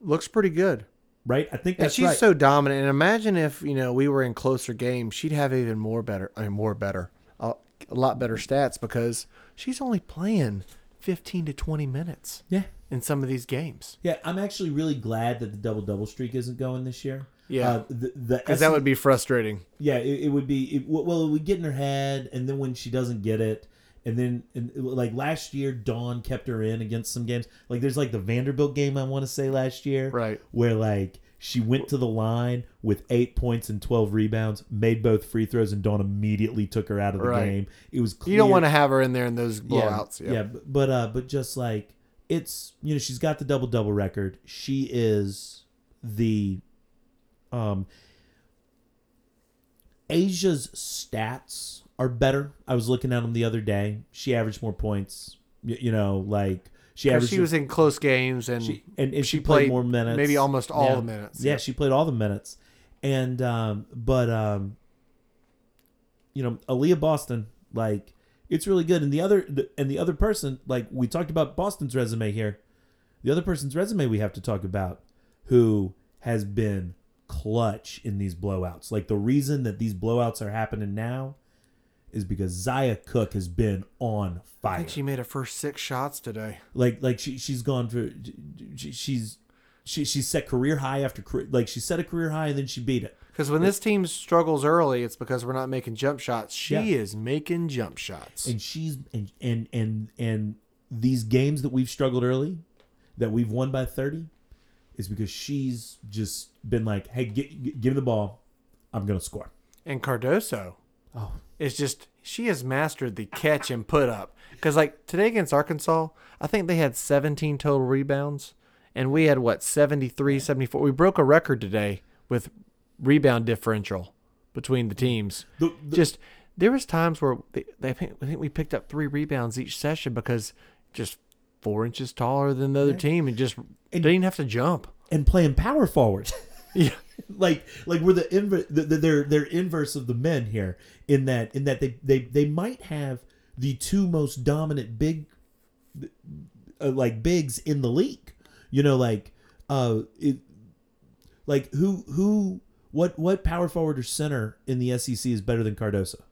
Speaker 2: Looks pretty good.
Speaker 1: Right? I think
Speaker 2: And
Speaker 1: that's
Speaker 2: she's
Speaker 1: right.
Speaker 2: so dominant. And imagine if you know we were in closer games, she'd have even more better, I mean, more better, a, a lot better stats because she's only playing fifteen to twenty minutes
Speaker 1: yeah,
Speaker 2: in some of these games.
Speaker 1: yeah. I'm actually really glad that the double double streak isn't going this year.
Speaker 2: Yeah.
Speaker 1: uh, the, the
Speaker 2: Because that would be frustrating.
Speaker 1: yeah, it, it would be it, well, it would get in her head, and then when she doesn't get it. And then, and, like last year, Dawn kept her in against some games. Like there's like the Vanderbilt game I want to say last year,
Speaker 2: Right.
Speaker 1: Where like she went to the line with eight points and twelve rebounds, made both free throws, and Dawn immediately took her out of the
Speaker 2: Right.
Speaker 1: game. It was clear.
Speaker 2: You don't want to have her in there in those blowouts.
Speaker 1: Yeah, yeah, b- but uh, but just like it's you know she's got the double double record. She is the um Asia's stats are better. I was looking at them the other day. She averaged more points. You, you know, like she
Speaker 2: 'Cause
Speaker 1: averaged
Speaker 2: she was in close games and
Speaker 1: she- and, and she,
Speaker 2: she
Speaker 1: played,
Speaker 2: played
Speaker 1: more minutes.
Speaker 2: maybe almost all
Speaker 1: Yeah.
Speaker 2: the minutes.
Speaker 1: Yeah, she played all the minutes. And um but um you know, Aaliyah Boston, like it's really good. And the other the, and the other person, like we talked about Boston's resume here. The other person's resume we have to talk about who has been clutch in these blowouts. Like the reason that these blowouts are happening now is because Zaya Cook has been on
Speaker 2: I
Speaker 1: fire
Speaker 2: think she made her first six shots today.
Speaker 1: like like she she's gone for she, she's she she set career high after career, like she set a career high and then she beat it.
Speaker 2: Because when this team struggles early, it's because we're not making jump shots. She
Speaker 1: Yeah.
Speaker 2: is making jump shots.
Speaker 1: And she's and and and and these games that we've struggled early, that we've won by thirty, is because she's just been like, hey, gi- gi- give me the ball, I'm gonna score.
Speaker 2: and Cardoso
Speaker 1: Oh.
Speaker 2: is just she has mastered the catch and put up because like today against Arkansas, I think they had 17 total rebounds and we had what 73, 74. We broke a record today with rebound differential between the teams.
Speaker 1: The- the-
Speaker 2: just there was times where they, they I think I think we picked up three rebounds each session because just four inches taller than the other team and just they didn't have to jump.
Speaker 1: and playing power forward.
Speaker 2: Yeah.
Speaker 1: like like we're the, inver- the, the they're they're inverse of the men here in that in that they they they might have the two most dominant big uh, like bigs in the league. You know, like uh, it, like who who what what power forward or center in the SEC is better than Cardoso?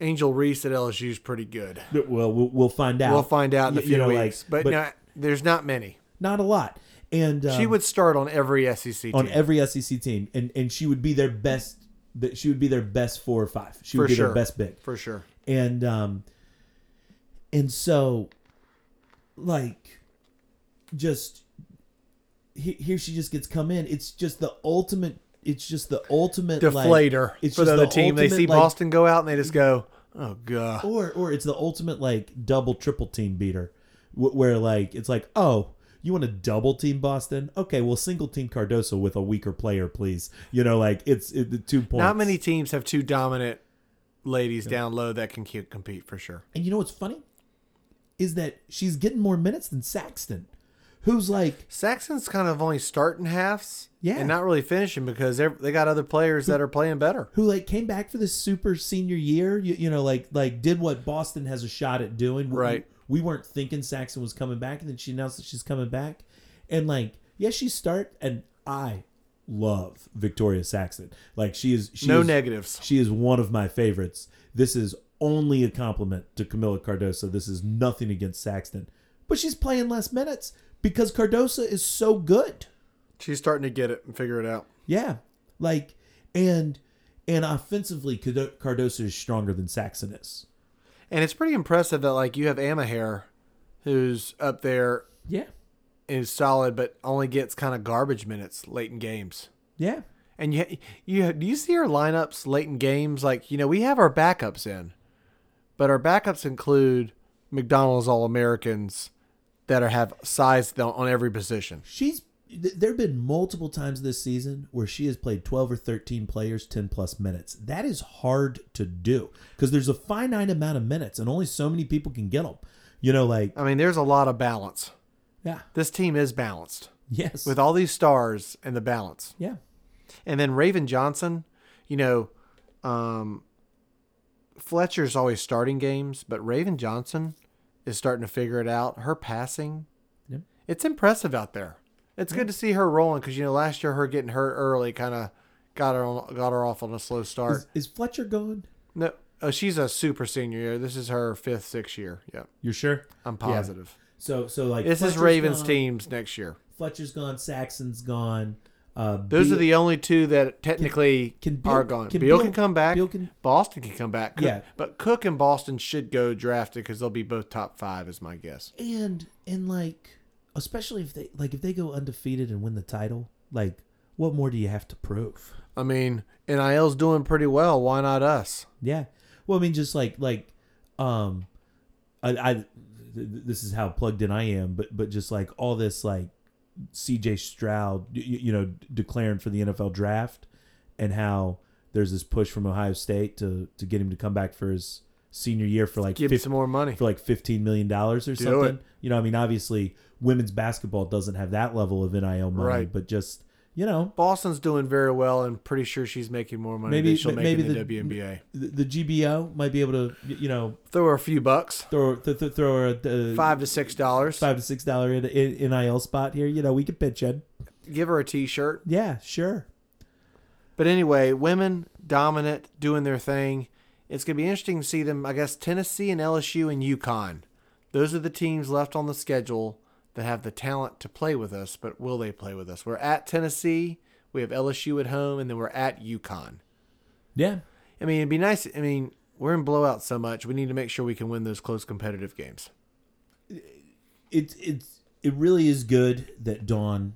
Speaker 2: Angel Reese at LSU is pretty good.
Speaker 1: Well, we'll, we'll find out.
Speaker 2: We'll find out in a
Speaker 1: You
Speaker 2: few
Speaker 1: know, like,
Speaker 2: weeks, but,
Speaker 1: but-
Speaker 2: no, there's not many.
Speaker 1: Not a lot. And um,
Speaker 2: She would start on every SEC team.
Speaker 1: E on every SEC team, and and she would be their best that she would be their best four or five. She would
Speaker 2: For
Speaker 1: be
Speaker 2: sure.
Speaker 1: their best big.
Speaker 2: for sure.
Speaker 1: and um and so like just he, here she just gets come in it's just the ultimate it's just the ultimate like-
Speaker 2: Deflator for the other team. They
Speaker 1: ultimate,
Speaker 2: see
Speaker 1: like-
Speaker 2: Boston go out and they just go, "Oh god."
Speaker 1: or or it's the ultimate like double triple team beater wh- where like it's like oh you want to double team Boston? Okay, well, single team Cardoso with a weaker player, please. You know, like it's it, the two points.
Speaker 2: Not many teams have two dominant ladies down low that can keep, compete for sure.
Speaker 1: And you know what's funny is that she's getting more minutes than Saxton, who's like
Speaker 2: Saxon's kind of only starting halves,
Speaker 1: Yeah.
Speaker 2: and not really finishing because they're- they got other players that are playing better.
Speaker 1: who like came back for this super senior year. You, you know, like like did what Boston has a shot at doing. We-
Speaker 2: Right.
Speaker 1: We, weren't thinking Saxon was coming back, and then she announced that she's coming back, and like yes, she start and I love Victoria Saxon. Like she is she
Speaker 2: No
Speaker 1: is,
Speaker 2: negatives.
Speaker 1: She is one of my favorites. This is only a compliment to Camila Cardoso. This is nothing against Saxton, but she's playing less minutes because Cardoso is so good.
Speaker 2: She's starting to get it and figure it out.
Speaker 1: Yeah, like and and offensively, Card- Cardoso is stronger than Saxon is.
Speaker 2: And it's pretty impressive that like you have Amahair, who's up there
Speaker 1: Yeah,
Speaker 2: and is solid, but only gets kind of garbage minutes late in games.
Speaker 1: yeah,
Speaker 2: And you, you do you see our lineups late in games? Like you know, we have our backups in, but our backups include McDonald's All Americans that are have size th- on every position.
Speaker 1: she's. th- There have been multiple times this season where she has played 12 or 13 players 10 plus minutes. That is hard to do because there's a finite amount of minutes and only so many people can get them. You know, like,
Speaker 2: I mean, there's a lot of balance.
Speaker 1: yeah,
Speaker 2: This team is balanced
Speaker 1: yes.
Speaker 2: with all these stars and the balance.
Speaker 1: Yeah.
Speaker 2: And then Raven Johnson, you know, um, Fletcher's always starting games, but Raven Johnson is starting to figure it out. Her passing,
Speaker 1: Yep.
Speaker 2: it's impressive out there. It's good to see her rolling because you know last year her getting hurt early kind of got her on, got her off on a slow start.
Speaker 1: Is, is Fletcher gone?
Speaker 2: no, oh, she's a super senior year. This is her fifth, sixth year. Yeah,
Speaker 1: You're sure?
Speaker 2: I'm positive.
Speaker 1: So, so like
Speaker 2: This is
Speaker 1: Fletcher's
Speaker 2: Ravens
Speaker 1: gone,
Speaker 2: teams next year.
Speaker 1: Fletcher's gone. Saxon's gone. Uh,
Speaker 2: Those
Speaker 1: Beal-
Speaker 2: are the only two that technically
Speaker 1: can Beal-
Speaker 2: are gone.
Speaker 1: can
Speaker 2: Beal,
Speaker 1: Beal-
Speaker 2: can come back.
Speaker 1: Beal can-
Speaker 2: Boston can come back. Cook-
Speaker 1: Yeah.
Speaker 2: but Cook and Boston should go drafted because they'll be both top five, is my guess.
Speaker 1: and and like especially if they like if they go undefeated and win the title, like what more do you have to prove?
Speaker 2: I mean, NIL's doing pretty well. Why not us?
Speaker 1: Yeah. Well, I mean, just like like, um, I, I th- th- this is how plugged in I am, but but just like all this like C.J. Stroud, you, you know, d- declaring for the NFL draft, and how there's this push from Ohio State to to get him to come back for his senior year for like
Speaker 2: Give
Speaker 1: 50
Speaker 2: him some more money.
Speaker 1: for like fifteen million dollars or something.
Speaker 2: it.
Speaker 1: You know, I mean, obviously, women's basketball doesn't have that level of nil money,
Speaker 2: Right.
Speaker 1: but just you know,
Speaker 2: Boston's doing very well, and pretty sure she's making more money
Speaker 1: Maybe-
Speaker 2: than she'll
Speaker 1: ma-
Speaker 2: make
Speaker 1: maybe
Speaker 2: in the,
Speaker 1: the-
Speaker 2: WNBA.
Speaker 1: the, the GBO might be able to y- you know
Speaker 2: Throw her a few bucks,
Speaker 1: throw th- th- throw a uh,
Speaker 2: five to six dollars.
Speaker 1: five to six dollar in, in, nil spot here. You know, we could pitch in.
Speaker 2: Give her a T-shirt.
Speaker 1: Yeah, sure.
Speaker 2: But anyway, women dominant, doing their thing. It's going to be interesting to see them. I guess Tennessee and LSU and UConn. Those are the teams left on the schedule that have the talent to play with us, but will they play with us? We're at Tennessee, we have LSU at home, and then we're at UConn.
Speaker 1: Yeah,
Speaker 2: I mean, it'd be nice. I mean, we're in blowout so much. We need to make sure we can win those close competitive games.
Speaker 1: it's it's it really is good that Dawn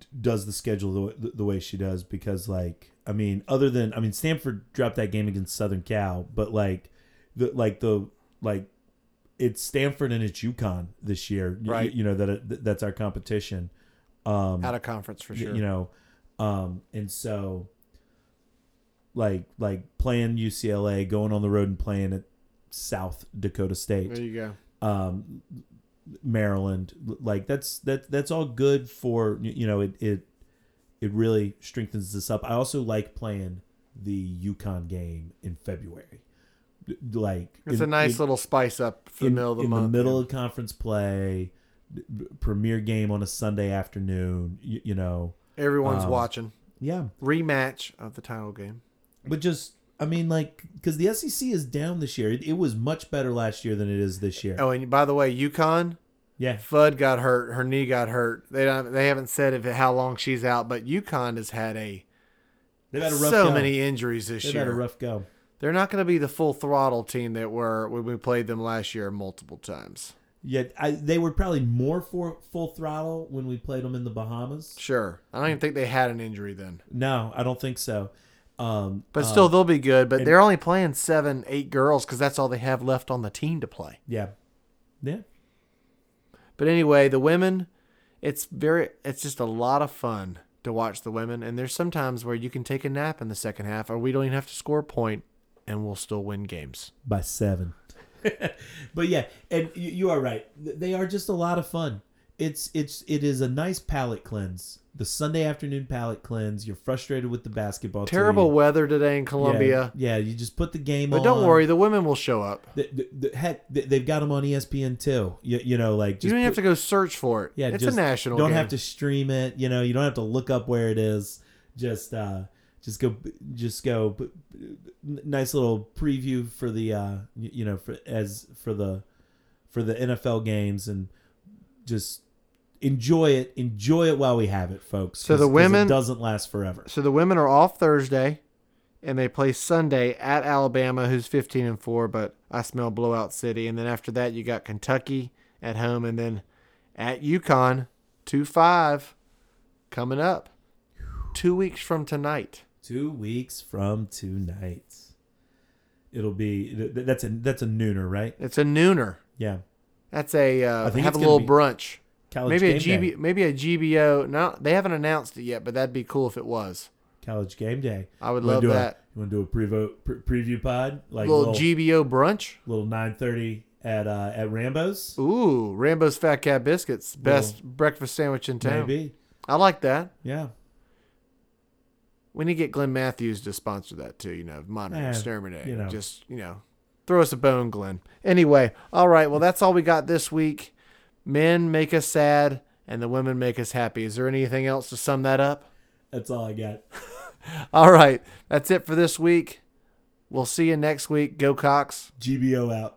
Speaker 1: d- does the schedule the, w- the way she does because like I mean other than I mean Stanford dropped that game against Southern Cal but like the like the like it's Stanford and it's UConn this year Y-
Speaker 2: Right.
Speaker 1: you, know that that's our competition um
Speaker 2: Out of conference for
Speaker 1: y-
Speaker 2: sure.
Speaker 1: you know um and so like like playing UCLA going on the road and playing at South Dakota State
Speaker 2: there you go.
Speaker 1: um, Maryland. Like that's that that's all good for y- you know it it it really strengthens this up. I also like playing the Yukon game in February. D- Like
Speaker 2: It's
Speaker 1: in-
Speaker 2: a nice
Speaker 1: in-
Speaker 2: little spice up for
Speaker 1: in-
Speaker 2: the middle of the
Speaker 1: in
Speaker 2: month.
Speaker 1: the middle of conference play, b- b- premier game on a Sunday afternoon. You, you know,
Speaker 2: Everyone's
Speaker 1: um,
Speaker 2: watching.
Speaker 1: yeah.
Speaker 2: Rematch of the title game.
Speaker 1: But just I mean, like because the SEC is down this year. It, it was much better last year than it is this year.
Speaker 2: Oh, and by the way, UConn,
Speaker 1: Yeah,
Speaker 2: Fudd got hurt. Her knee got hurt. They don't, they haven't said if how long she's out, but UConn has had a
Speaker 1: They've had a rough
Speaker 2: so
Speaker 1: go.
Speaker 2: many injuries this
Speaker 1: They've
Speaker 2: year.
Speaker 1: had a rough go.
Speaker 2: They're not going to be the full throttle team that were when we played them last year multiple times.
Speaker 1: Yet I, they were probably more for full throttle when we played them in the Bahamas.
Speaker 2: Sure, I don't even think they had an injury then.
Speaker 1: No, I don't think so. Um,
Speaker 2: But
Speaker 1: uh,
Speaker 2: still, they'll be good. But they're only playing seven, eight girls because that's all they have left on the team to play.
Speaker 1: yeah, yeah.
Speaker 2: But anyway, the women, it's very, it's just a lot of fun to watch the women. And there's sometimes where you can take a nap in the second half, or we don't even have to score a point, and we'll still win games.
Speaker 1: by seven. but yeah, and you, you are right. Th- They are just a lot of fun. It's it's it is a nice palate cleanse. The Sunday afternoon palate cleanse. You're frustrated with the basketball. team.
Speaker 2: Terrible weather today in
Speaker 1: Yeah,
Speaker 2: Columbia,
Speaker 1: Yeah, you just put the game on.
Speaker 2: but don't worry, the women will show up.
Speaker 1: The, the, the, heck, th- they've got them on E ESPN too. You, you know, like
Speaker 2: You
Speaker 1: just
Speaker 2: don't even have
Speaker 1: put-
Speaker 2: to go search for it.
Speaker 1: yeah,
Speaker 2: it's
Speaker 1: just
Speaker 2: a national.
Speaker 1: Don't
Speaker 2: game.
Speaker 1: have to stream it. You know, you don't have to look up where it is. Just uh, just go, just go. p- p- Nice little preview for the uh, y- you know, for as for the for the NFL games and just enjoy it. Enjoy it while we have it, folks.
Speaker 2: So
Speaker 1: 'cause-
Speaker 2: the
Speaker 1: 'cause it
Speaker 2: women-
Speaker 1: doesn't last forever.
Speaker 2: So the women are off Thursday, and they play Sunday at Alabama, who's 15 and four. But I smell blowout city. And then after that, you got Kentucky at home, and then at UConn, two five, coming up, two weeks from tonight.
Speaker 1: Two weeks from tonight, it'll be th- th- that's a that's a nooner, right?
Speaker 2: It's a nooner.
Speaker 1: Yeah,
Speaker 2: That's a uh,
Speaker 1: I think it's
Speaker 2: have a
Speaker 1: gonna
Speaker 2: little
Speaker 1: be
Speaker 2: brunch.
Speaker 1: college
Speaker 2: Maybe a
Speaker 1: game
Speaker 2: GB,
Speaker 1: day.
Speaker 2: maybe a GBO. No, they haven't announced it yet, but that'd be cool if it was.
Speaker 1: College game day.
Speaker 2: I would
Speaker 1: You wanna
Speaker 2: love
Speaker 1: do a-
Speaker 2: that.
Speaker 1: you want to do a preview pre- preview pod like
Speaker 2: little
Speaker 1: little
Speaker 2: GBO brunch.
Speaker 1: little nine thirty at uh, at Rambo's
Speaker 2: Ooh, Rambo's Fat Cat Biscuits, best breakfast sandwich in town.
Speaker 1: maybe
Speaker 2: I like that.
Speaker 1: yeah
Speaker 2: We need to get Glenn Matthews to sponsor that too. You know, monitor
Speaker 1: Eh,
Speaker 2: exterminate.
Speaker 1: you know.
Speaker 2: Just you know, throw us a bone, Glenn. Anyway, all right. Well, that's all we got this week. Men make us sad, and the women make us happy. Is there anything else to sum that up?
Speaker 1: that's all I got
Speaker 2: All right, that's it for this week. We'll see you next week. Go Cox.
Speaker 1: GBO out.